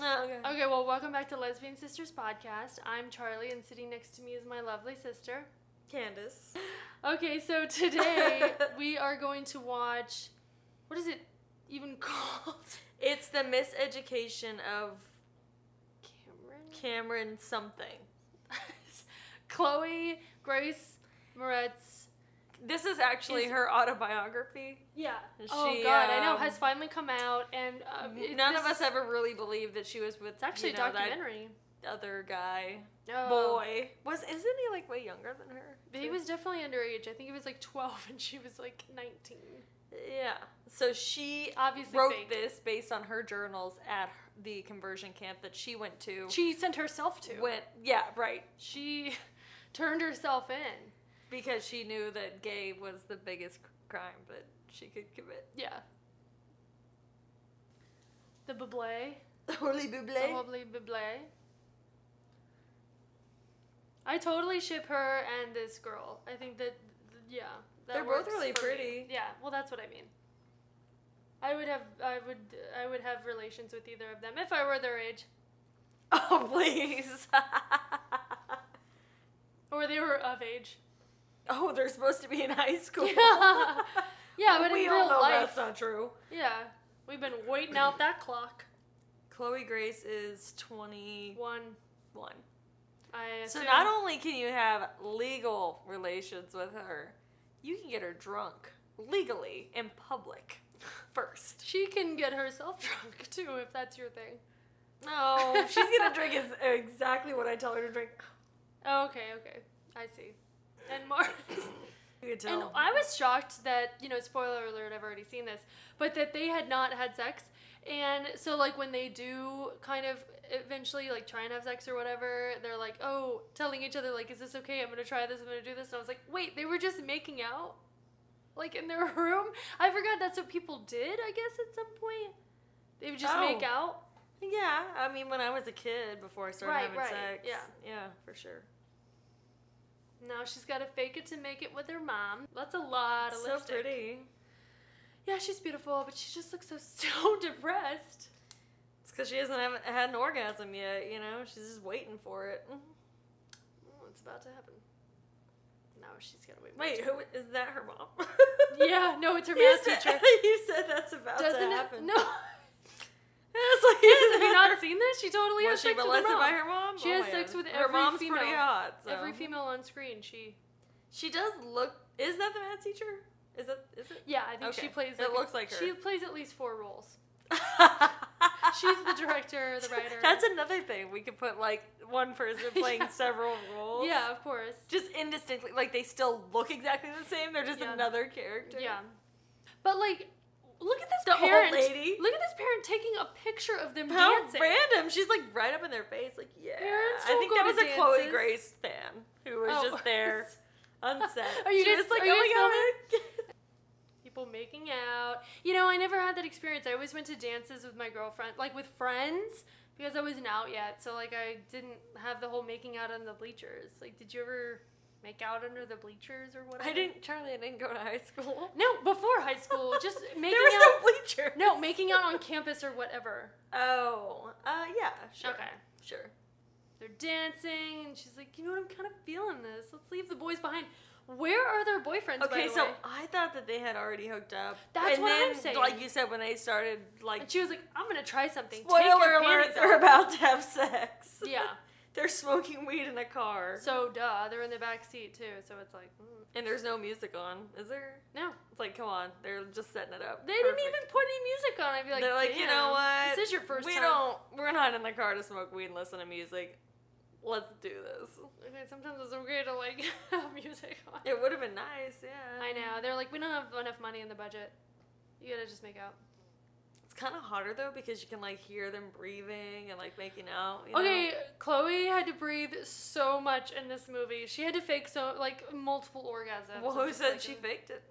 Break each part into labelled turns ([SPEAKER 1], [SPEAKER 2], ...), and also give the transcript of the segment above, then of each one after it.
[SPEAKER 1] Oh, okay.
[SPEAKER 2] Okay, well, welcome back to Lesbian Sisters Podcast. I'm Charlie, and sitting next to me is my lovely sister.
[SPEAKER 1] Candace.
[SPEAKER 2] Okay, so today we are going to watch. What is it even called?
[SPEAKER 1] It's the miseducation of
[SPEAKER 2] Cameron?
[SPEAKER 1] Cameron something.
[SPEAKER 2] Chloe Grace Moretz.
[SPEAKER 1] This is actually
[SPEAKER 2] Is-
[SPEAKER 1] her autobiography.
[SPEAKER 2] Yeah. Oh,
[SPEAKER 1] She,
[SPEAKER 2] God, I know.
[SPEAKER 1] um,
[SPEAKER 2] Has finally come out, and. Uh, it-
[SPEAKER 1] None of
[SPEAKER 2] this-
[SPEAKER 1] us ever really believed that she was with
[SPEAKER 2] It's actually
[SPEAKER 1] you
[SPEAKER 2] a
[SPEAKER 1] know, that
[SPEAKER 2] documentary.
[SPEAKER 1] other guy.
[SPEAKER 2] Oh.
[SPEAKER 1] Boy. Was isn't he like way younger than her?
[SPEAKER 2] But he
[SPEAKER 1] too?
[SPEAKER 2] was definitely underage. I think he was like 12 and she was like 19.
[SPEAKER 1] Yeah. So she
[SPEAKER 2] Obviously,
[SPEAKER 1] wrote
[SPEAKER 2] fake.
[SPEAKER 1] this based on her journals at her- the conversion camp that she went to.
[SPEAKER 2] She sent herself to.
[SPEAKER 1] Went yeah, right.
[SPEAKER 2] She turned herself in.
[SPEAKER 1] Because she knew that gay was the biggest c- crime that she could commit.
[SPEAKER 2] Yeah. The buble.
[SPEAKER 1] Holy
[SPEAKER 2] The Hobley buble. I totally ship her and this girl. I think that, th- yeah. That
[SPEAKER 1] They're both
[SPEAKER 2] works
[SPEAKER 1] really
[SPEAKER 2] for me.
[SPEAKER 1] pretty.
[SPEAKER 2] Yeah, well, that's what I mean. I would have, I would, I would have relations with either of them if I were their age,
[SPEAKER 1] Oh please.
[SPEAKER 2] or they were of age.
[SPEAKER 1] oh, they're supposed to be in high school.
[SPEAKER 2] Yeah. Yeah, but
[SPEAKER 1] we
[SPEAKER 2] in
[SPEAKER 1] all
[SPEAKER 2] real
[SPEAKER 1] know
[SPEAKER 2] life,
[SPEAKER 1] that's not true.
[SPEAKER 2] yeah, we've been waiting out that clock.
[SPEAKER 1] Chloe Grace is twenty
[SPEAKER 2] One,
[SPEAKER 1] one.
[SPEAKER 2] I
[SPEAKER 1] So
[SPEAKER 2] assume-
[SPEAKER 1] not only can you have legal relations with her, you can get her drunk legally in public first.
[SPEAKER 2] she can get herself drunk too if that's your thing.
[SPEAKER 1] No, she's gonna drink is exactly what I tell her to drink.
[SPEAKER 2] Oh, okay, okay, I see. And more,
[SPEAKER 1] You can tell.
[SPEAKER 2] and I was shocked that you know, spoiler alert, I've already seen this, but that they had not had sex. And so, like, when they do kind of eventually, like, try and have sex or whatever, they're like, oh, telling each other, like, is this okay? I'm gonna try this, I'm gonna do this. And I was like, wait, they were just making out? Like, in their room? I forgot that's what people did, I guess, at some point. They would just
[SPEAKER 1] Oh.
[SPEAKER 2] make out?
[SPEAKER 1] yeah, I mean, when I was a kid, before I started
[SPEAKER 2] Right,
[SPEAKER 1] having
[SPEAKER 2] right,
[SPEAKER 1] sex,
[SPEAKER 2] yeah.
[SPEAKER 1] yeah, for sure.
[SPEAKER 2] Now she's gotta fake it to make it with her mom. That's a lot of
[SPEAKER 1] so
[SPEAKER 2] lipstick.
[SPEAKER 1] pretty.
[SPEAKER 2] Yeah, she's beautiful, but she just looks so so depressed.
[SPEAKER 1] It's because she hasn't have- had an orgasm yet. You know, she's just waiting for it. Mm-hmm.
[SPEAKER 2] Oh, it's about to happen. Now she's gotta wait.
[SPEAKER 1] Wait, who is that? Her mom?
[SPEAKER 2] Yeah, no, it's her
[SPEAKER 1] You
[SPEAKER 2] math
[SPEAKER 1] said,
[SPEAKER 2] teacher.
[SPEAKER 1] you said that's about
[SPEAKER 2] Doesn't
[SPEAKER 1] to
[SPEAKER 2] it?
[SPEAKER 1] happen.
[SPEAKER 2] No.
[SPEAKER 1] It's like,
[SPEAKER 2] Have you not seen this? She totally
[SPEAKER 1] Was
[SPEAKER 2] has
[SPEAKER 1] she
[SPEAKER 2] sex with
[SPEAKER 1] molested
[SPEAKER 2] her mom.
[SPEAKER 1] by her mom? Oh
[SPEAKER 2] She has sex with
[SPEAKER 1] her
[SPEAKER 2] every
[SPEAKER 1] mom's pretty
[SPEAKER 2] female.
[SPEAKER 1] hot. So.
[SPEAKER 2] Every female on screen, she.
[SPEAKER 1] She does look. Is that the math teacher? Is that? Is it?
[SPEAKER 2] Yeah, I think she
[SPEAKER 1] Okay.
[SPEAKER 2] plays.
[SPEAKER 1] It looks like her.
[SPEAKER 2] She plays at least four roles. She's the director, the writer.
[SPEAKER 1] That's another thing. We could put like one person playing
[SPEAKER 2] Yeah.
[SPEAKER 1] several roles.
[SPEAKER 2] Yeah, of course.
[SPEAKER 1] Just indistinctly, like they still look exactly the same. They're just
[SPEAKER 2] Yeah.
[SPEAKER 1] another character.
[SPEAKER 2] Yeah, but like, look at this
[SPEAKER 1] The old
[SPEAKER 2] parent.
[SPEAKER 1] lady.
[SPEAKER 2] Look at this parent taking a picture of them
[SPEAKER 1] How
[SPEAKER 2] dancing.
[SPEAKER 1] random! She's like right up in their face, like yeah.
[SPEAKER 2] Parents
[SPEAKER 1] I
[SPEAKER 2] don't
[SPEAKER 1] think
[SPEAKER 2] go
[SPEAKER 1] that
[SPEAKER 2] to
[SPEAKER 1] was a Chloe
[SPEAKER 2] dances.
[SPEAKER 1] Grace fan who was
[SPEAKER 2] Oh.
[SPEAKER 1] just there on set.
[SPEAKER 2] Are you
[SPEAKER 1] She
[SPEAKER 2] guys-
[SPEAKER 1] was like,
[SPEAKER 2] are you guys
[SPEAKER 1] oh my god,
[SPEAKER 2] people making out. You know, I never had that experience. I always went to dances with my girlfriend, like with friends, because I wasn't out yet. So like I didn't have the whole making out on the bleachers. Like, did you ever make out under the bleachers or whatever?
[SPEAKER 1] I didn't, Charlie. I didn't go to high school.
[SPEAKER 2] No, before high school, just making
[SPEAKER 1] there was
[SPEAKER 2] out.
[SPEAKER 1] no bleachers.
[SPEAKER 2] No, making out on campus or whatever.
[SPEAKER 1] Oh, uh, yeah, sure,
[SPEAKER 2] Okay.
[SPEAKER 1] sure.
[SPEAKER 2] They're dancing, and she's like, you know what? I'm kind of feeling this. Let's leave the boys behind. Where are their boyfriends? by
[SPEAKER 1] Okay,
[SPEAKER 2] the
[SPEAKER 1] so
[SPEAKER 2] way?
[SPEAKER 1] I thought that they had already hooked up.
[SPEAKER 2] That's
[SPEAKER 1] and
[SPEAKER 2] what
[SPEAKER 1] then,
[SPEAKER 2] I'm saying.
[SPEAKER 1] Like you said, when they started, like
[SPEAKER 2] and she was like, I'm gonna try something. Take
[SPEAKER 1] spoiler
[SPEAKER 2] your
[SPEAKER 1] alert,
[SPEAKER 2] panties
[SPEAKER 1] they're
[SPEAKER 2] off."
[SPEAKER 1] about to have sex.
[SPEAKER 2] Yeah.
[SPEAKER 1] they're smoking weed in a car,
[SPEAKER 2] So duh, they're in the back seat too. So it's like, mm,
[SPEAKER 1] and there's no music on. Is there?
[SPEAKER 2] no,
[SPEAKER 1] It's like, come on, they're just setting it up.
[SPEAKER 2] they
[SPEAKER 1] Perfect.
[SPEAKER 2] didn't even put any music on. I'd be like,
[SPEAKER 1] They're like, you know
[SPEAKER 2] "Damn,
[SPEAKER 1] what?
[SPEAKER 2] This is your first
[SPEAKER 1] we
[SPEAKER 2] time.
[SPEAKER 1] don't. We're not in the car to smoke weed and listen to music. Let's do this.
[SPEAKER 2] Okay, sometimes it's okay to like have music on.
[SPEAKER 1] It would have been nice, yeah.
[SPEAKER 2] I know. They're like, we don't have enough money in the budget. You gotta just make out.
[SPEAKER 1] It's kind of hotter though because you can like hear them breathing and like making out. You
[SPEAKER 2] okay,
[SPEAKER 1] know?
[SPEAKER 2] Chloe had to breathe so much in this movie. She had to fake so like multiple orgasms.
[SPEAKER 1] Well,
[SPEAKER 2] I'm
[SPEAKER 1] who
[SPEAKER 2] just
[SPEAKER 1] said
[SPEAKER 2] like,
[SPEAKER 1] she
[SPEAKER 2] "Mm."
[SPEAKER 1] faked it?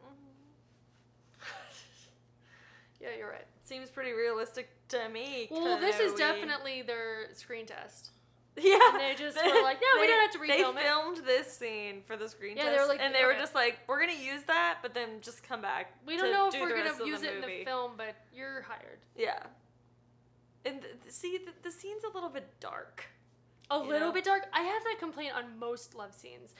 [SPEAKER 2] Yeah, you're right.
[SPEAKER 1] Seems pretty realistic to me.
[SPEAKER 2] Well, this is
[SPEAKER 1] Chloe.
[SPEAKER 2] definitely their screen test.
[SPEAKER 1] Yeah.
[SPEAKER 2] and they just were like, "No, we don't have to refilm
[SPEAKER 1] They
[SPEAKER 2] it."
[SPEAKER 1] filmed this scene for the screen
[SPEAKER 2] Yeah,
[SPEAKER 1] test,
[SPEAKER 2] they were like,
[SPEAKER 1] and they were
[SPEAKER 2] okay.
[SPEAKER 1] just like, "We're gonna use that, but then just come back."
[SPEAKER 2] We don't
[SPEAKER 1] to
[SPEAKER 2] know if
[SPEAKER 1] do
[SPEAKER 2] we're
[SPEAKER 1] the rest
[SPEAKER 2] gonna
[SPEAKER 1] of
[SPEAKER 2] use it in
[SPEAKER 1] movie.
[SPEAKER 2] the film, but you're hired.
[SPEAKER 1] Yeah. And th- th- see, the, the scene's a little bit dark.
[SPEAKER 2] A
[SPEAKER 1] You
[SPEAKER 2] little
[SPEAKER 1] know?
[SPEAKER 2] bit dark. I have that complaint on most love scenes,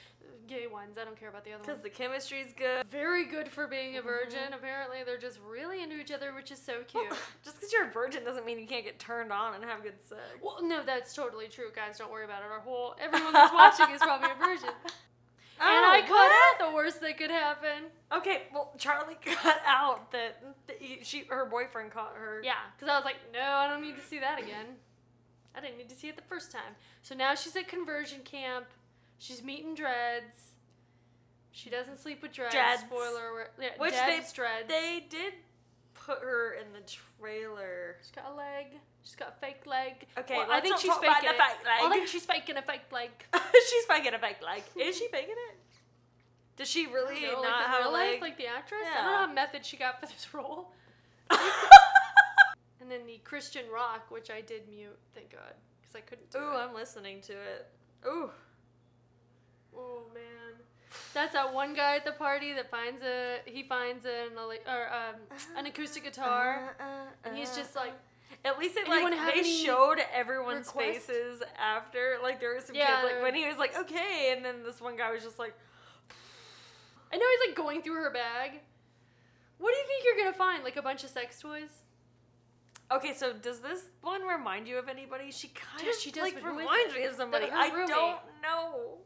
[SPEAKER 2] gay ones. I don't care about the other
[SPEAKER 1] Because
[SPEAKER 2] ones.
[SPEAKER 1] the chemistry's good.
[SPEAKER 2] Very good for being a virgin. Apparently, they're just really into each other, which is so cute.
[SPEAKER 1] Well, just because you're a virgin doesn't mean you can't get turned on and have good sex.
[SPEAKER 2] Well, no, that's totally true, guys. Don't worry about it. Our whole everyone that's watching is probably a virgin. and I cut out the worst that could happen.
[SPEAKER 1] out. Oh, Okay, well, Charlie cut out that that he- she her boyfriend caught her.
[SPEAKER 2] Yeah, because I was like, no, I don't need to see that again. I didn't need to see it the first time. So now she's at conversion camp. She's meeting dreads. She doesn't sleep with dreads.
[SPEAKER 1] Dreads.
[SPEAKER 2] Spoiler alert. Yeah,
[SPEAKER 1] Which they-
[SPEAKER 2] Deb's dreads.
[SPEAKER 1] They did put her in the trailer.
[SPEAKER 2] She's got a leg. She's got a fake leg.
[SPEAKER 1] Okay,
[SPEAKER 2] Well, I
[SPEAKER 1] let's
[SPEAKER 2] think
[SPEAKER 1] not
[SPEAKER 2] she's
[SPEAKER 1] talk about
[SPEAKER 2] faking it.
[SPEAKER 1] the fake
[SPEAKER 2] I
[SPEAKER 1] leg.
[SPEAKER 2] think she's faking a fake leg.
[SPEAKER 1] She's faking a fake leg. Is she faking it? Does she really
[SPEAKER 2] You
[SPEAKER 1] not
[SPEAKER 2] know, like in
[SPEAKER 1] have a
[SPEAKER 2] real
[SPEAKER 1] leg?
[SPEAKER 2] life, like the actress. I don't
[SPEAKER 1] Yeah.
[SPEAKER 2] know how method she got for this role. And then the Christian rock, which I did mute, thank God, because I couldn't. Do
[SPEAKER 1] Ooh,
[SPEAKER 2] it.
[SPEAKER 1] I'm listening to it. Ooh.
[SPEAKER 2] Oh man, that's that one guy at the party that finds a he finds an ele- or um, an acoustic guitar, and he's just like,
[SPEAKER 1] At least it like
[SPEAKER 2] Anyone have
[SPEAKER 1] they
[SPEAKER 2] any
[SPEAKER 1] showed everyone's
[SPEAKER 2] requests?
[SPEAKER 1] faces after. Like there were some
[SPEAKER 2] Yeah,
[SPEAKER 1] kids
[SPEAKER 2] there
[SPEAKER 1] like when he was like okay, and then this one guy was just like,
[SPEAKER 2] I know he's like going through her bag. What do you think you're gonna find? Like a bunch of sex toys?
[SPEAKER 1] okay, so does this one remind you of anybody? She kind
[SPEAKER 2] Dude,
[SPEAKER 1] of
[SPEAKER 2] she does,
[SPEAKER 1] like
[SPEAKER 2] but who is
[SPEAKER 1] reminds
[SPEAKER 2] it?
[SPEAKER 1] me of somebody.
[SPEAKER 2] her
[SPEAKER 1] I
[SPEAKER 2] roommate.
[SPEAKER 1] don't know.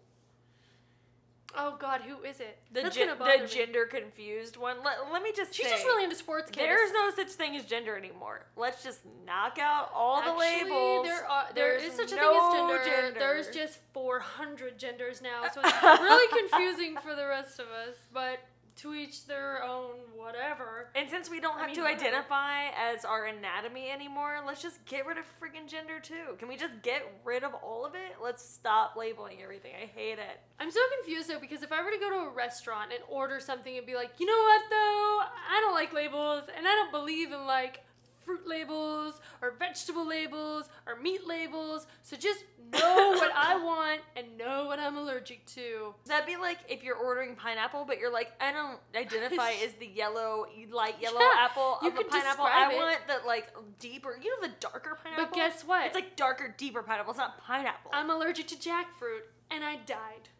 [SPEAKER 2] Oh God, who is it?
[SPEAKER 1] The,
[SPEAKER 2] That's
[SPEAKER 1] gen-
[SPEAKER 2] gonna bother
[SPEAKER 1] the
[SPEAKER 2] me.
[SPEAKER 1] gender confused one. Let, let me just
[SPEAKER 2] She's
[SPEAKER 1] say,
[SPEAKER 2] just really into sports. Kids.
[SPEAKER 1] there's no such thing as gender anymore. Let's just knock out all the
[SPEAKER 2] Actually,
[SPEAKER 1] labels.
[SPEAKER 2] There are there
[SPEAKER 1] There's
[SPEAKER 2] is such a
[SPEAKER 1] no
[SPEAKER 2] thing as gender.
[SPEAKER 1] gender.
[SPEAKER 2] There's just 400 genders now, so it's really confusing for the rest of us. But to each their own, whatever.
[SPEAKER 1] And since we don't
[SPEAKER 2] I
[SPEAKER 1] have
[SPEAKER 2] mean,
[SPEAKER 1] to
[SPEAKER 2] whatever.
[SPEAKER 1] identify as our anatomy anymore, let's just get rid of freaking gender too. Can we just get rid of all of it? Let's stop labeling everything. I hate it.
[SPEAKER 2] I'm so confused though because if I were to go to a restaurant and order something and be like, you know what though, I don't like labels and I don't believe in like fruit labels or vegetable labels or meat labels, so just know what I want and know what I'm allergic to.
[SPEAKER 1] That'd be like if you're ordering pineapple, but you're like, I don't identify as the yellow, light yellow
[SPEAKER 2] Yeah,
[SPEAKER 1] apple
[SPEAKER 2] you
[SPEAKER 1] of a
[SPEAKER 2] could
[SPEAKER 1] pineapple.
[SPEAKER 2] describe
[SPEAKER 1] I
[SPEAKER 2] it.
[SPEAKER 1] want the like deeper, you know, the darker pineapple.
[SPEAKER 2] But guess what?
[SPEAKER 1] It's like darker, deeper pineapple. It's not pineapple.
[SPEAKER 2] I'm allergic to jackfruit and I died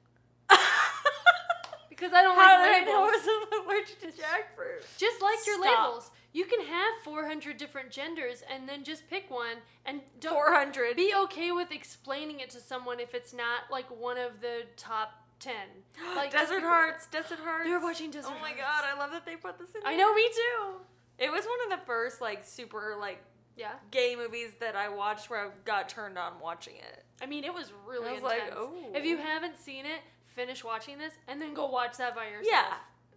[SPEAKER 2] because I don't
[SPEAKER 1] How
[SPEAKER 2] like
[SPEAKER 1] did I know I
[SPEAKER 2] labels.
[SPEAKER 1] was allergic to jackfruit?
[SPEAKER 2] Just like your
[SPEAKER 1] Stop.
[SPEAKER 2] labels, you can have 400 different genders and then just pick one and don't
[SPEAKER 1] 400.
[SPEAKER 2] be okay with explaining it to someone if it's not like one of the top 10 like just
[SPEAKER 1] Desert
[SPEAKER 2] people-
[SPEAKER 1] Hearts, Desert Hearts.
[SPEAKER 2] They're watching Desert
[SPEAKER 1] Oh my
[SPEAKER 2] Hearts.
[SPEAKER 1] god, I love that they put this in.
[SPEAKER 2] i
[SPEAKER 1] there.
[SPEAKER 2] know me too
[SPEAKER 1] It was one of the first like super like
[SPEAKER 2] yeah
[SPEAKER 1] gay movies that I watched where I got turned on watching it.
[SPEAKER 2] i mean it was really
[SPEAKER 1] I was like, "Oh."
[SPEAKER 2] intense if you
[SPEAKER 1] "Ooh."
[SPEAKER 2] haven't seen it finish watching this and then go watch that by yourself
[SPEAKER 1] Yeah,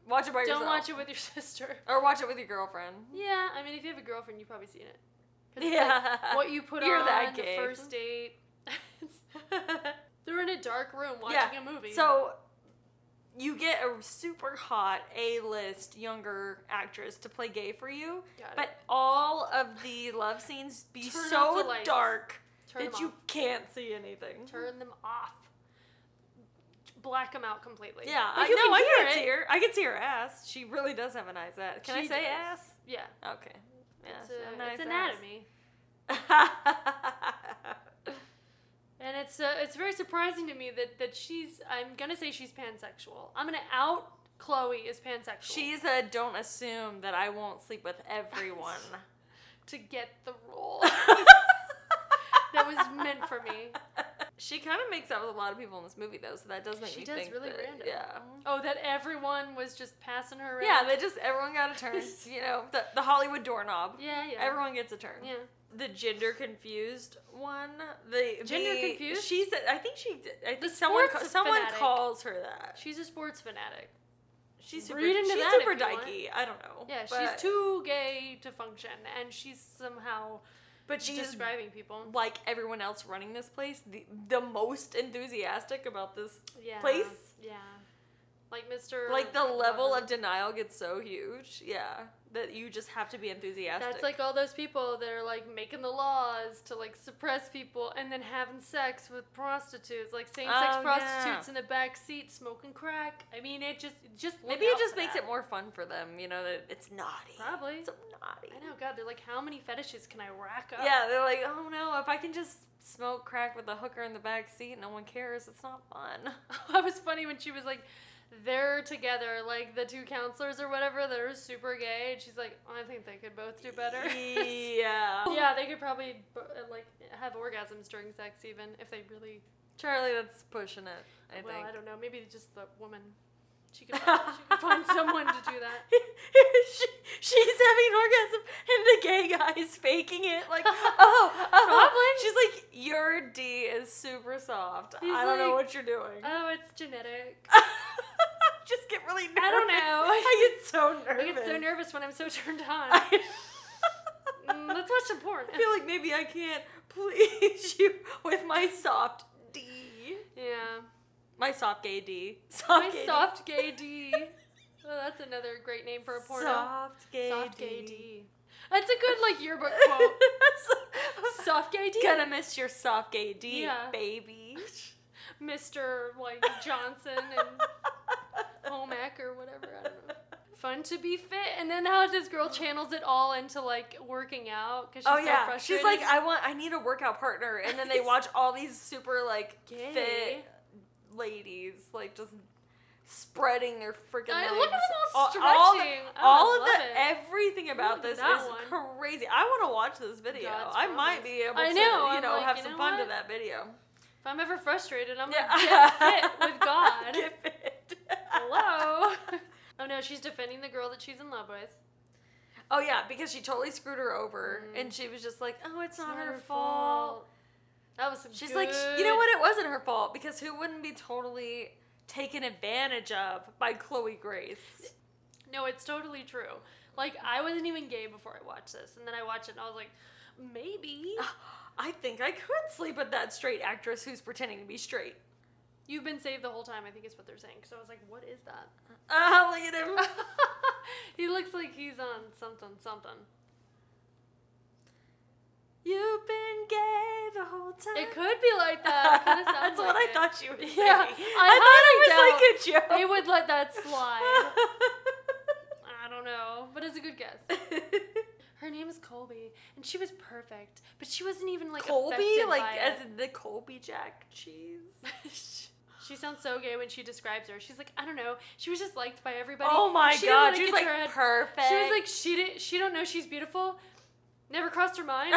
[SPEAKER 1] watch it by
[SPEAKER 2] don't
[SPEAKER 1] yourself.
[SPEAKER 2] watch it with your sister
[SPEAKER 1] or watch it with your girlfriend.
[SPEAKER 2] yeah i mean if you have a girlfriend you've probably seen it 'Cause it's like,
[SPEAKER 1] Yeah,
[SPEAKER 2] what you put
[SPEAKER 1] You're
[SPEAKER 2] on
[SPEAKER 1] that
[SPEAKER 2] the
[SPEAKER 1] gay.
[SPEAKER 2] first date they're in a dark room watching
[SPEAKER 1] Yeah,
[SPEAKER 2] a movie
[SPEAKER 1] so you get a super hot A-list younger actress to play gay for you,
[SPEAKER 2] Got it.
[SPEAKER 1] but all of the love scenes be
[SPEAKER 2] Turn off the
[SPEAKER 1] so
[SPEAKER 2] lights.
[SPEAKER 1] dark
[SPEAKER 2] Turn
[SPEAKER 1] that
[SPEAKER 2] them
[SPEAKER 1] you
[SPEAKER 2] off.
[SPEAKER 1] can't see anything.
[SPEAKER 2] turn them off black them out completely
[SPEAKER 1] Yeah,
[SPEAKER 2] But
[SPEAKER 1] I,
[SPEAKER 2] you
[SPEAKER 1] no, I
[SPEAKER 2] hear
[SPEAKER 1] can
[SPEAKER 2] it.
[SPEAKER 1] see her. I can see her ass. She really does have a nice ass. Can
[SPEAKER 2] She
[SPEAKER 1] I say
[SPEAKER 2] does.
[SPEAKER 1] ass?
[SPEAKER 2] Yeah.
[SPEAKER 1] Okay. Yeah,
[SPEAKER 2] it's,
[SPEAKER 1] she has
[SPEAKER 2] uh,
[SPEAKER 1] a nice
[SPEAKER 2] it's
[SPEAKER 1] ass.
[SPEAKER 2] anatomy. And it's uh, it's very surprising to me that that she's I'm gonna say she's pansexual. I'm gonna out Chloe as pansexual.
[SPEAKER 1] She's a don't assume that I won't sleep with everyone.
[SPEAKER 2] to get the role that was meant for me.
[SPEAKER 1] she kind of makes out with a lot of people in this movie though, so that does make
[SPEAKER 2] She
[SPEAKER 1] me
[SPEAKER 2] does
[SPEAKER 1] think
[SPEAKER 2] really
[SPEAKER 1] that,
[SPEAKER 2] random.
[SPEAKER 1] Yeah.
[SPEAKER 2] Oh, that everyone was just passing her around.
[SPEAKER 1] Yeah, they just everyone got a turn. you know, the, the Hollywood doorknob.
[SPEAKER 2] yeah, yeah.
[SPEAKER 1] Everyone gets a turn.
[SPEAKER 2] Yeah.
[SPEAKER 1] The gender confused one. The
[SPEAKER 2] Gender
[SPEAKER 1] the-
[SPEAKER 2] confused?
[SPEAKER 1] She's. a- I think she. did- I think someone.
[SPEAKER 2] sports
[SPEAKER 1] ca- someone
[SPEAKER 2] fanatic.
[SPEAKER 1] calls her that.
[SPEAKER 2] She's a sports fanatic.
[SPEAKER 1] She's super.
[SPEAKER 2] Read into
[SPEAKER 1] she's
[SPEAKER 2] that if
[SPEAKER 1] super
[SPEAKER 2] you want.
[SPEAKER 1] dykey. I don't know.
[SPEAKER 2] Yeah,
[SPEAKER 1] but-
[SPEAKER 2] she's too gay to function, and she's somehow
[SPEAKER 1] But she's
[SPEAKER 2] describing people.
[SPEAKER 1] like everyone else running this place, the, the most enthusiastic about this.
[SPEAKER 2] Yeah.
[SPEAKER 1] place?
[SPEAKER 2] Yeah. Like Mr.
[SPEAKER 1] Like the level
[SPEAKER 2] whatever.
[SPEAKER 1] of denial gets so huge. Yeah. that you just have to be enthusiastic.
[SPEAKER 2] That's like all those people that are like making the laws to like suppress people and then having sex with prostitutes, like same sex
[SPEAKER 1] Oh, yeah.
[SPEAKER 2] prostitutes in the back seat smoking crack. I mean, it just just look
[SPEAKER 1] maybe it
[SPEAKER 2] out
[SPEAKER 1] just
[SPEAKER 2] for
[SPEAKER 1] makes
[SPEAKER 2] that.
[SPEAKER 1] it more fun for them. You know that it's naughty.
[SPEAKER 2] probably.
[SPEAKER 1] It's so naughty.
[SPEAKER 2] I know, God, they're like, how many fetishes can I rack up?
[SPEAKER 1] Yeah, they're like, oh no, if I can just smoke crack with a hooker in the back seat, no one cares. It's not fun.
[SPEAKER 2] that was funny when she was like, they're together, like the two counselors or whatever that are super gay, and she's like, I think they could both do better.
[SPEAKER 1] yeah.
[SPEAKER 2] yeah, they could probably uh, like have orgasms during sex even if they really
[SPEAKER 1] Charlie, that's pushing it. I
[SPEAKER 2] well,
[SPEAKER 1] think.
[SPEAKER 2] I don't know. Maybe just the woman. She could find, she could find someone to do that.
[SPEAKER 1] she, she's having an orgasm, and the gay guy is faking it. Like, oh, oh. She's like, your D is super soft.
[SPEAKER 2] He's
[SPEAKER 1] I don't know
[SPEAKER 2] like,
[SPEAKER 1] what you're doing.
[SPEAKER 2] Oh, it's genetic.
[SPEAKER 1] just get really nervous.
[SPEAKER 2] I don't know.
[SPEAKER 1] I get so
[SPEAKER 2] I
[SPEAKER 1] nervous.
[SPEAKER 2] get so nervous when I'm so turned on.
[SPEAKER 1] I-
[SPEAKER 2] Mm, let's watch some porn.
[SPEAKER 1] I feel like maybe I can't please you with my soft D.
[SPEAKER 2] Yeah.
[SPEAKER 1] My soft gay D. Soft
[SPEAKER 2] My
[SPEAKER 1] gay D.
[SPEAKER 2] soft gay D. Oh, that's another great name for a porno.
[SPEAKER 1] Soft gay
[SPEAKER 2] Soft
[SPEAKER 1] D.
[SPEAKER 2] gay D. That's a good like yearbook quote.
[SPEAKER 1] So-
[SPEAKER 2] Soft gay D.
[SPEAKER 1] Gonna miss your soft gay D,
[SPEAKER 2] Yeah.
[SPEAKER 1] baby.
[SPEAKER 2] Mr. like Johnson and Homack or whatever. I don't know. Fun to be fit, and then how this girl channels it all into like working out because she's
[SPEAKER 1] oh
[SPEAKER 2] so
[SPEAKER 1] yeah,
[SPEAKER 2] frustrated.
[SPEAKER 1] she's like, I want, I need a workout partner, and then they watch all these super like
[SPEAKER 2] Gay.
[SPEAKER 1] fit ladies like just spreading their freaking.
[SPEAKER 2] I-
[SPEAKER 1] legs.
[SPEAKER 2] look at them all stretching.
[SPEAKER 1] All, the-
[SPEAKER 2] Oh, I
[SPEAKER 1] all of
[SPEAKER 2] love
[SPEAKER 1] the
[SPEAKER 2] it.
[SPEAKER 1] everything about
[SPEAKER 2] at
[SPEAKER 1] this is
[SPEAKER 2] that one.
[SPEAKER 1] crazy. I want to watch this video.
[SPEAKER 2] God's
[SPEAKER 1] I might
[SPEAKER 2] promise.
[SPEAKER 1] be able
[SPEAKER 2] I
[SPEAKER 1] to,
[SPEAKER 2] know,
[SPEAKER 1] you
[SPEAKER 2] I'm
[SPEAKER 1] know,
[SPEAKER 2] like,
[SPEAKER 1] have
[SPEAKER 2] you
[SPEAKER 1] some
[SPEAKER 2] know
[SPEAKER 1] fun to
[SPEAKER 2] what?
[SPEAKER 1] that video.
[SPEAKER 2] if I'm ever frustrated, I'm
[SPEAKER 1] Yeah.
[SPEAKER 2] gonna get fit with God.
[SPEAKER 1] Get fit.
[SPEAKER 2] Hello. oh no, she's defending the girl that she's in love with.
[SPEAKER 1] Oh yeah, because she totally screwed her over,
[SPEAKER 2] Mhm.
[SPEAKER 1] and she was just like, "Oh, it's, not, her fault."
[SPEAKER 2] That was some.
[SPEAKER 1] She's like, "Sh- you know what? It wasn't her fault because who wouldn't be totally taken advantage of by Chloe Grace?
[SPEAKER 2] good- No, it's totally true. Like I wasn't even gay before I watched this, and then I watched it and I was like, maybe
[SPEAKER 1] I think I could sleep with that straight actress who's pretending to be straight.
[SPEAKER 2] you've been saved the whole time. I think is what they're saying. So I was like, what is that?
[SPEAKER 1] Ah, look at him.
[SPEAKER 2] he looks like he's on something something.
[SPEAKER 1] You've been gay the whole time.
[SPEAKER 2] It could be like that. It kinda
[SPEAKER 1] That's
[SPEAKER 2] sounds
[SPEAKER 1] what
[SPEAKER 2] like
[SPEAKER 1] I
[SPEAKER 2] it.
[SPEAKER 1] thought you were saying.
[SPEAKER 2] Yeah,
[SPEAKER 1] I,
[SPEAKER 2] I
[SPEAKER 1] thought it was like a joke.
[SPEAKER 2] They would let that slide. I don't know, but it's a good guess. Her name is Colby, and she was perfect, but she wasn't even like
[SPEAKER 1] Colby,
[SPEAKER 2] affected
[SPEAKER 1] like
[SPEAKER 2] by
[SPEAKER 1] as
[SPEAKER 2] it.
[SPEAKER 1] in the Colby Jack cheese.
[SPEAKER 2] She sounds so gay when she describes her. She's like, I don't know. She was just liked by everybody.
[SPEAKER 1] oh my
[SPEAKER 2] she didn't
[SPEAKER 1] god,
[SPEAKER 2] wanna
[SPEAKER 1] she's
[SPEAKER 2] get
[SPEAKER 1] like
[SPEAKER 2] to her head.
[SPEAKER 1] perfect.
[SPEAKER 2] She was like, she didn't. She don't know she's beautiful. Never crossed her mind.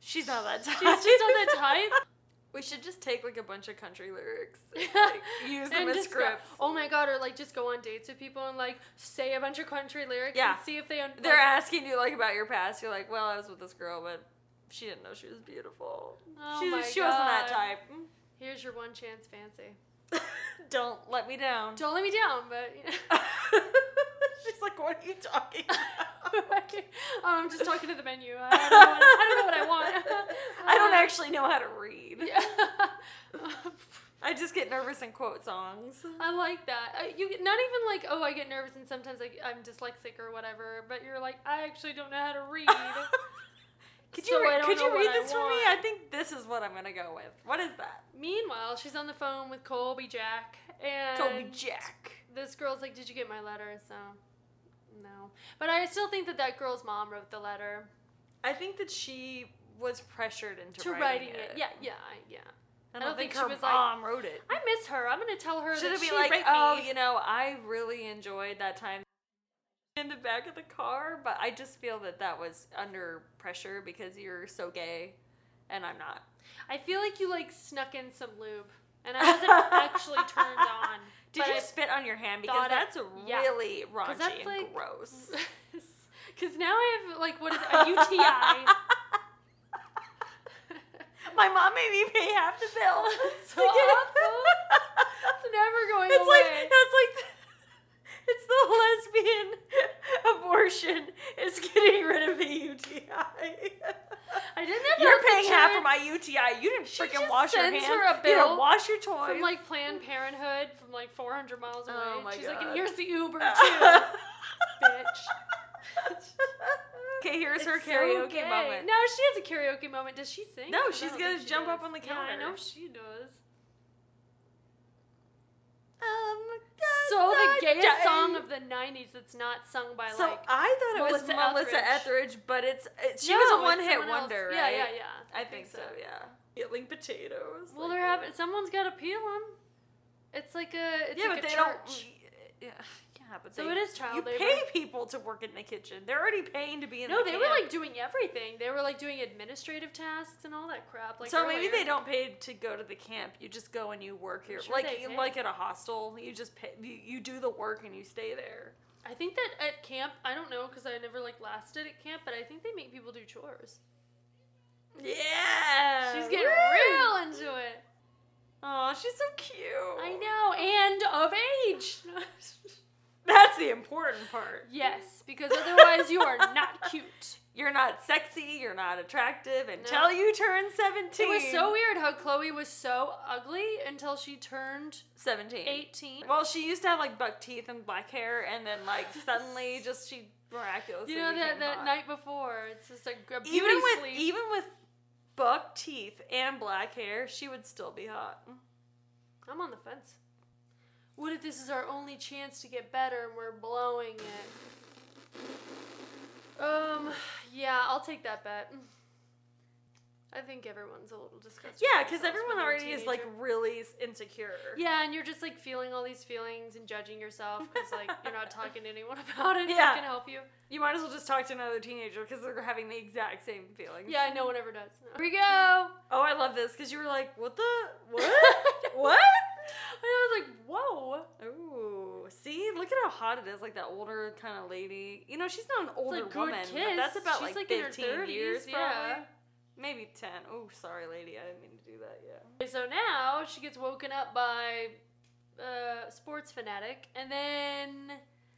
[SPEAKER 1] she's not that type.
[SPEAKER 2] She's just not that type.
[SPEAKER 1] We should just take like a bunch of country lyrics, and, like, use them
[SPEAKER 2] And
[SPEAKER 1] as
[SPEAKER 2] just go-
[SPEAKER 1] scripts.
[SPEAKER 2] oh my god, or like just go on dates with people and like say a bunch of country lyrics
[SPEAKER 1] Yeah.
[SPEAKER 2] and see if they. un-
[SPEAKER 1] They're
[SPEAKER 2] like,
[SPEAKER 1] asking you like about your past. You're like, well, I was with this girl, but she didn't know she was beautiful.
[SPEAKER 2] oh
[SPEAKER 1] she
[SPEAKER 2] my
[SPEAKER 1] she wasn't that
[SPEAKER 2] God.
[SPEAKER 1] type. Mm.
[SPEAKER 2] Here's your one chance, fancy.
[SPEAKER 1] Don't let me down.
[SPEAKER 2] Don't let me down, but. You know.
[SPEAKER 1] she's like, what are you talking?
[SPEAKER 2] I can't- oh, I'm just talking to the menu. I don't know what I, don't know what I want. Uh,
[SPEAKER 1] I don't actually know how to read.
[SPEAKER 2] Yeah.
[SPEAKER 1] I just get nervous and quote songs.
[SPEAKER 2] I like that. I, you not even like oh I get nervous and sometimes like I'm dyslexic or whatever, but you're like I actually don't know how to read.
[SPEAKER 1] could
[SPEAKER 2] So
[SPEAKER 1] you
[SPEAKER 2] I
[SPEAKER 1] re-
[SPEAKER 2] don't
[SPEAKER 1] could
[SPEAKER 2] know
[SPEAKER 1] you
[SPEAKER 2] what
[SPEAKER 1] read
[SPEAKER 2] I
[SPEAKER 1] this for me? I
[SPEAKER 2] want.
[SPEAKER 1] think this is what I'm gonna go with. What is that?
[SPEAKER 2] Meanwhile, she's on the phone with Colby Jack and
[SPEAKER 1] Kobe Jack.
[SPEAKER 2] this girl's like, "Did you get my letter?" So no, but I still think that that girl's mom wrote the letter
[SPEAKER 1] I think that she was pressured into
[SPEAKER 2] to
[SPEAKER 1] writing,
[SPEAKER 2] writing it. Yeah, yeah, I- yeah.
[SPEAKER 1] I don't, think,
[SPEAKER 2] she
[SPEAKER 1] her
[SPEAKER 2] was like-
[SPEAKER 1] mom wrote it.
[SPEAKER 2] I miss her. I'm gonna tell her
[SPEAKER 1] Should
[SPEAKER 2] that
[SPEAKER 1] have
[SPEAKER 2] she
[SPEAKER 1] been like,
[SPEAKER 2] raped
[SPEAKER 1] oh,
[SPEAKER 2] me.
[SPEAKER 1] you know, I really enjoyed that time in the back of the car, but I just feel that that was under pressure because you're so gay, and I'm not.
[SPEAKER 2] I feel like you like snuck in some lube, and I wasn't actually turned on.
[SPEAKER 1] Did
[SPEAKER 2] but
[SPEAKER 1] you
[SPEAKER 2] I
[SPEAKER 1] spit on your hand? Because
[SPEAKER 2] thought it-
[SPEAKER 1] that's
[SPEAKER 2] yeah.
[SPEAKER 1] really raunchy
[SPEAKER 2] that's
[SPEAKER 1] and
[SPEAKER 2] like-
[SPEAKER 1] gross.
[SPEAKER 2] Because now I have like what is it, a UTI?
[SPEAKER 1] My mom made me pay half the bill.
[SPEAKER 2] That's
[SPEAKER 1] to get
[SPEAKER 2] it's never going
[SPEAKER 1] It's
[SPEAKER 2] away.
[SPEAKER 1] like that's like it's the lesbian abortion is getting rid of the UTI.
[SPEAKER 2] I didn't have
[SPEAKER 1] You're
[SPEAKER 2] health
[SPEAKER 1] paying half of
[SPEAKER 2] insurance
[SPEAKER 1] my UTI. You didn't
[SPEAKER 2] She
[SPEAKER 1] freaking
[SPEAKER 2] just
[SPEAKER 1] wash your hands.
[SPEAKER 2] sends her a
[SPEAKER 1] You
[SPEAKER 2] bill
[SPEAKER 1] didn't wash your toys.
[SPEAKER 2] from like Planned Parenthood from like 400 miles away.
[SPEAKER 1] Oh my
[SPEAKER 2] She's like, and
[SPEAKER 1] God.
[SPEAKER 2] here's the Uber too, bitch.
[SPEAKER 1] Okay, here's
[SPEAKER 2] It's
[SPEAKER 1] her
[SPEAKER 2] so
[SPEAKER 1] karaoke
[SPEAKER 2] gay.
[SPEAKER 1] moment.
[SPEAKER 2] No, she has a karaoke moment. Does she sing?
[SPEAKER 1] No,
[SPEAKER 2] I
[SPEAKER 1] she's
[SPEAKER 2] don't
[SPEAKER 1] gonna
[SPEAKER 2] think she
[SPEAKER 1] jump up
[SPEAKER 2] does.
[SPEAKER 1] on the
[SPEAKER 2] Yeah, I know
[SPEAKER 1] counter.
[SPEAKER 2] she does.
[SPEAKER 1] Um,
[SPEAKER 2] So the gayest
[SPEAKER 1] yeah,
[SPEAKER 2] song
[SPEAKER 1] and-
[SPEAKER 2] of the '90s that's not sung by
[SPEAKER 1] So
[SPEAKER 2] like
[SPEAKER 1] I thought it was
[SPEAKER 2] Melissa
[SPEAKER 1] Melissa
[SPEAKER 2] Etheridge.
[SPEAKER 1] Etheridge, but it's it, she
[SPEAKER 2] No,
[SPEAKER 1] was a
[SPEAKER 2] it's
[SPEAKER 1] one hit
[SPEAKER 2] someone else.
[SPEAKER 1] wonder,
[SPEAKER 2] Yeah,
[SPEAKER 1] right?
[SPEAKER 2] yeah, yeah.
[SPEAKER 1] I think so. Yeah, peeling potatoes.
[SPEAKER 2] Well,
[SPEAKER 1] like
[SPEAKER 2] they're
[SPEAKER 1] that.
[SPEAKER 2] having. Someone's got to peel them. It's like a. It's
[SPEAKER 1] yeah,
[SPEAKER 2] like
[SPEAKER 1] but
[SPEAKER 2] a
[SPEAKER 1] they
[SPEAKER 2] church.
[SPEAKER 1] don't. e, Yeah, yeah, but
[SPEAKER 2] So
[SPEAKER 1] they,
[SPEAKER 2] it is child
[SPEAKER 1] you
[SPEAKER 2] labor.
[SPEAKER 1] pay people to work in the kitchen. They're already paying to be in.
[SPEAKER 2] no,
[SPEAKER 1] the
[SPEAKER 2] they
[SPEAKER 1] camp.
[SPEAKER 2] were like doing everything. They were like doing administrative tasks and all that crap. Like
[SPEAKER 1] so maybe
[SPEAKER 2] earlier.
[SPEAKER 1] they don't pay to go to the camp. You just go and you work here,
[SPEAKER 2] sure
[SPEAKER 1] like
[SPEAKER 2] they pay.
[SPEAKER 1] like at a hostel. You just pay, you, you do the work and you stay there.
[SPEAKER 2] I think that at camp, I don't know because I never like lasted at camp, but I think they make people do chores.
[SPEAKER 1] Yeah,
[SPEAKER 2] She's getting real into it.
[SPEAKER 1] Oh, she's so cute.
[SPEAKER 2] I know, and of age.
[SPEAKER 1] That's the important part.
[SPEAKER 2] yes, because otherwise you are not cute.
[SPEAKER 1] You're not sexy. You're not attractive
[SPEAKER 2] No.
[SPEAKER 1] until you turn
[SPEAKER 2] It
[SPEAKER 1] seventeen.
[SPEAKER 2] was so weird how Chloe was so ugly until she turned
[SPEAKER 1] seventeen.
[SPEAKER 2] 18.
[SPEAKER 1] Well, she used to have like buck teeth and black hair, and then like suddenly, just she miraculously.
[SPEAKER 2] you know that
[SPEAKER 1] became
[SPEAKER 2] that
[SPEAKER 1] hot.
[SPEAKER 2] night before, it's just like a beauty
[SPEAKER 1] even with
[SPEAKER 2] sleep.
[SPEAKER 1] even with buck teeth and black hair, she would still be hot.
[SPEAKER 2] I'm on the fence. What if this is our only chance to get better and we're blowing it? Um, yeah, I'll take that bet. I think everyone's a little disgusted. with
[SPEAKER 1] Yeah, because
[SPEAKER 2] themselves
[SPEAKER 1] everyone
[SPEAKER 2] when they're a
[SPEAKER 1] already is like
[SPEAKER 2] teenager.
[SPEAKER 1] really s- insecure.
[SPEAKER 2] Yeah, and you're just like feeling all these feelings and judging yourself because like you're not talking to anyone about it. Yeah.
[SPEAKER 1] Yeah.
[SPEAKER 2] Who can help you?
[SPEAKER 1] You might as well just talk to another teenager because they're having the exact same feelings.
[SPEAKER 2] Yeah, no one ever does. No. Here we go.
[SPEAKER 1] Oh, I love this because you were like, what the what?
[SPEAKER 2] what?
[SPEAKER 1] what?
[SPEAKER 2] I was like, whoa.
[SPEAKER 1] Ooh, see, look at how hot it is. Like that older kind of lady. You know, she's not an older
[SPEAKER 2] like good
[SPEAKER 1] woman. But
[SPEAKER 2] kiss.
[SPEAKER 1] that's about
[SPEAKER 2] She's,
[SPEAKER 1] like,
[SPEAKER 2] like, in her
[SPEAKER 1] fifteen years,
[SPEAKER 2] 30s,
[SPEAKER 1] probably.
[SPEAKER 2] yeah.
[SPEAKER 1] Maybe ten. Oh, sorry, lady. I didn't mean to do that. Yeah.
[SPEAKER 2] Okay, So now she gets woken up by uh, sports fanatic, and then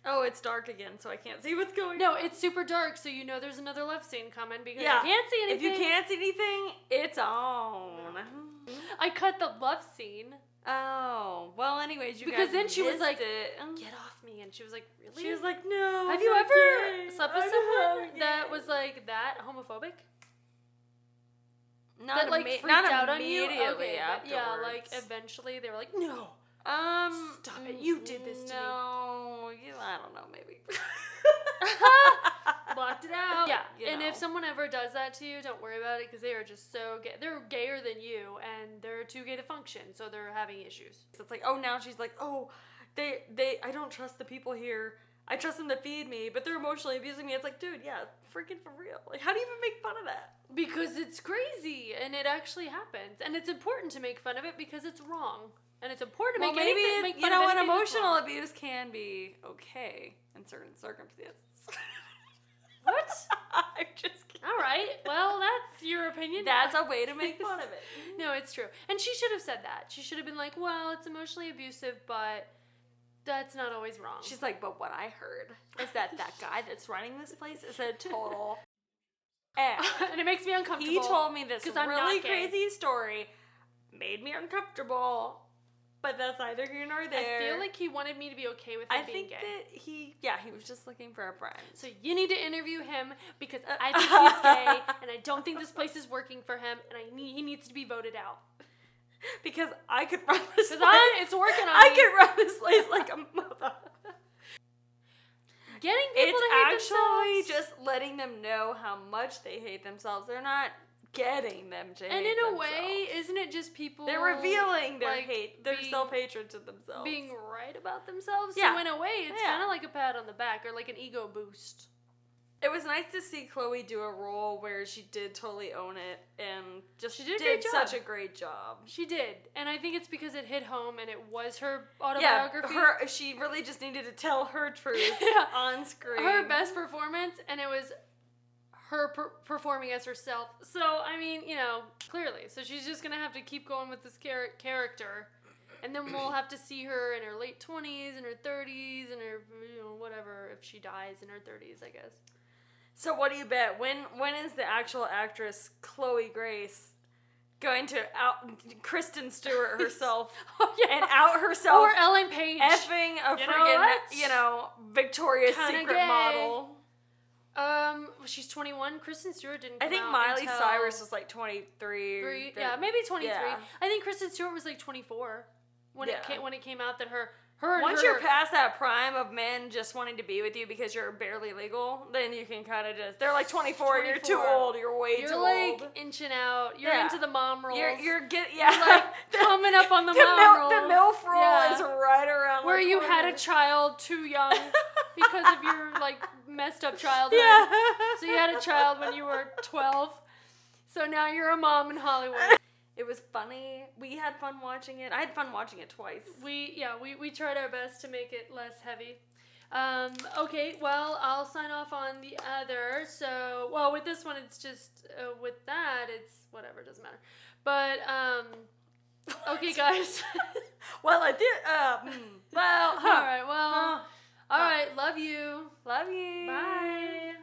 [SPEAKER 1] Oh, it's dark again, so I can't see what's going.
[SPEAKER 2] no,
[SPEAKER 1] on.
[SPEAKER 2] it's super dark, so you know there's another love scene coming because
[SPEAKER 1] Yeah.
[SPEAKER 2] you can't see
[SPEAKER 1] if
[SPEAKER 2] anything.
[SPEAKER 1] you can't see anything, it's on.
[SPEAKER 2] I cut the love scene.
[SPEAKER 1] Oh well. Anyways, you
[SPEAKER 2] Because
[SPEAKER 1] guys
[SPEAKER 2] then she was
[SPEAKER 1] missed
[SPEAKER 2] like,
[SPEAKER 1] it.
[SPEAKER 2] Get off me! And she was like, really?
[SPEAKER 1] she was like, no.
[SPEAKER 2] Have you
[SPEAKER 1] not
[SPEAKER 2] ever
[SPEAKER 1] gay.
[SPEAKER 2] slept with
[SPEAKER 1] I'm not
[SPEAKER 2] someone that
[SPEAKER 1] gay."
[SPEAKER 2] was like that homophobic?
[SPEAKER 1] not
[SPEAKER 2] that like
[SPEAKER 1] imme-
[SPEAKER 2] freaked
[SPEAKER 1] not
[SPEAKER 2] out on you?
[SPEAKER 1] immediately
[SPEAKER 2] Okay, but yeah, like
[SPEAKER 1] afterwards.
[SPEAKER 2] eventually they were like, no.
[SPEAKER 1] Um,
[SPEAKER 2] Stop it, you did this to me.
[SPEAKER 1] no, you, I don't know, maybe.
[SPEAKER 2] blocked it out. Yeah.
[SPEAKER 1] You
[SPEAKER 2] and if
[SPEAKER 1] know.
[SPEAKER 2] someone ever does that to you, don't worry about it because they are just so gay. They're gayer than you and they're too gay to function, so they're having issues.
[SPEAKER 1] So it's like, oh, now she's like, oh, they, they, I don't trust the people here. I trust them to feed me, but they're emotionally abusing me. It's like, dude, yeah, freaking for real. Like, how do you even make fun of that?
[SPEAKER 2] Because it's crazy and it actually happens. And it's important to make fun of it because it's wrong. And it's important to
[SPEAKER 1] well,
[SPEAKER 2] make,
[SPEAKER 1] maybe
[SPEAKER 2] anything,
[SPEAKER 1] it-
[SPEAKER 2] make
[SPEAKER 1] you
[SPEAKER 2] fun
[SPEAKER 1] know,
[SPEAKER 2] of
[SPEAKER 1] an
[SPEAKER 2] anything that's
[SPEAKER 1] emotional
[SPEAKER 2] wrong.
[SPEAKER 1] abuse can be okay in certain circumstances.
[SPEAKER 2] What?
[SPEAKER 1] I'm just kidding.
[SPEAKER 2] All right. Well, that's your opinion.
[SPEAKER 1] That's a way to make fun of it.
[SPEAKER 2] No, it's true. And she should have said that. She should have been like, well, it's emotionally abusive, but that's not always wrong.
[SPEAKER 1] She's like, but what I heard is that that guy that's running this place is a total ass.
[SPEAKER 2] and it makes me uncomfortable.
[SPEAKER 1] He told me this
[SPEAKER 2] 'Cause I'm not
[SPEAKER 1] really
[SPEAKER 2] gay.
[SPEAKER 1] crazy story, made me uncomfortable, but that's neither here nor there.
[SPEAKER 2] I feel like he wanted me to be okay with him
[SPEAKER 1] I
[SPEAKER 2] being
[SPEAKER 1] think
[SPEAKER 2] gay.
[SPEAKER 1] that he, yeah, he was just looking for a friend.
[SPEAKER 2] So you need to interview him because I think he's gay and I don't think this place is working for him and I need, he needs to be voted out.
[SPEAKER 1] Because I could run this place.
[SPEAKER 2] Because I it's working on
[SPEAKER 1] I
[SPEAKER 2] me.
[SPEAKER 1] could run this place like a mother.
[SPEAKER 2] Getting people to hate
[SPEAKER 1] It's actually
[SPEAKER 2] themselves.
[SPEAKER 1] just letting them know how much they hate themselves. They're not getting them to
[SPEAKER 2] and
[SPEAKER 1] hate
[SPEAKER 2] in a way,
[SPEAKER 1] themselves.
[SPEAKER 2] isn't it just people
[SPEAKER 1] They're revealing their
[SPEAKER 2] like,
[SPEAKER 1] hate, their
[SPEAKER 2] being-
[SPEAKER 1] self hatred to themselves.
[SPEAKER 2] being right about themselves? So
[SPEAKER 1] Yeah.
[SPEAKER 2] in a way, it's
[SPEAKER 1] Yeah.
[SPEAKER 2] kind of like a pat on the back or like an ego boost.
[SPEAKER 1] it was nice to see Chloe do a role where she did totally own it and just
[SPEAKER 2] She
[SPEAKER 1] she
[SPEAKER 2] did
[SPEAKER 1] did,
[SPEAKER 2] a great job.
[SPEAKER 1] such a great job.
[SPEAKER 2] She did, and I think it's because it hit home and it was her
[SPEAKER 1] Yeah,
[SPEAKER 2] autobiography.
[SPEAKER 1] her she really just needed to tell her truth
[SPEAKER 2] Yeah.
[SPEAKER 1] on screen.
[SPEAKER 2] her best performance, and it was her per- performing as herself. So I mean, you know, clearly, so she's just gonna have to keep going with this char- character, and then we'll have to see her in her late twenties, and her thirties, and her you know, whatever if she dies in her thirties, I guess.
[SPEAKER 1] So what do you bet? When when is the actual actress Chloe Grace going to out Kristen Stewart herself
[SPEAKER 2] Oh yeah,
[SPEAKER 1] and out herself
[SPEAKER 2] or Ellen Page.
[SPEAKER 1] effing a
[SPEAKER 2] You know
[SPEAKER 1] freaking
[SPEAKER 2] what?
[SPEAKER 1] you know Victoria's
[SPEAKER 2] Kinda
[SPEAKER 1] Secret
[SPEAKER 2] gay.
[SPEAKER 1] model?
[SPEAKER 2] Um, well, she's 21. Kristen Stewart didn't.
[SPEAKER 1] I
[SPEAKER 2] come
[SPEAKER 1] think
[SPEAKER 2] out
[SPEAKER 1] Miley
[SPEAKER 2] until
[SPEAKER 1] Cyrus was like 23. or
[SPEAKER 2] three-
[SPEAKER 1] the-
[SPEAKER 2] yeah, maybe 23.
[SPEAKER 1] yeah.
[SPEAKER 2] I think Kristen Stewart was like 24 when it
[SPEAKER 1] Yeah.
[SPEAKER 2] came, when it came out that her her and
[SPEAKER 1] Once
[SPEAKER 2] her,
[SPEAKER 1] you're past that prime of men just wanting to be with you because you're barely legal, then you can kind of just. They're like 24, you're too
[SPEAKER 2] 24.
[SPEAKER 1] old, you're way
[SPEAKER 2] you're
[SPEAKER 1] too
[SPEAKER 2] like
[SPEAKER 1] old.
[SPEAKER 2] inching out. You're
[SPEAKER 1] Yeah.
[SPEAKER 2] into the mom roles.
[SPEAKER 1] You're, you're get, yeah.
[SPEAKER 2] like, coming up on the mom
[SPEAKER 1] milk,
[SPEAKER 2] roll.
[SPEAKER 1] The MILF roll
[SPEAKER 2] Yeah.
[SPEAKER 1] is right around
[SPEAKER 2] where
[SPEAKER 1] the
[SPEAKER 2] you had a
[SPEAKER 1] corner.
[SPEAKER 2] child too young because of your like messed up childhood.
[SPEAKER 1] Yeah.
[SPEAKER 2] So you had a child when you were 12. So now you're a mom in Hollywood.
[SPEAKER 1] It was funny. We had fun watching it. I had fun watching it twice.
[SPEAKER 2] We yeah, we, we tried our best to make it less heavy. Um, okay, well, I'll sign off on the other. So, well, with this one, it's just uh, with that, it's whatever, doesn't matter. But um, okay, guys.
[SPEAKER 1] Well, I did. Uh, mm, well,
[SPEAKER 2] all
[SPEAKER 1] huh.
[SPEAKER 2] right, well,
[SPEAKER 1] Huh.
[SPEAKER 2] all right, love you.
[SPEAKER 1] Love you.
[SPEAKER 2] Bye.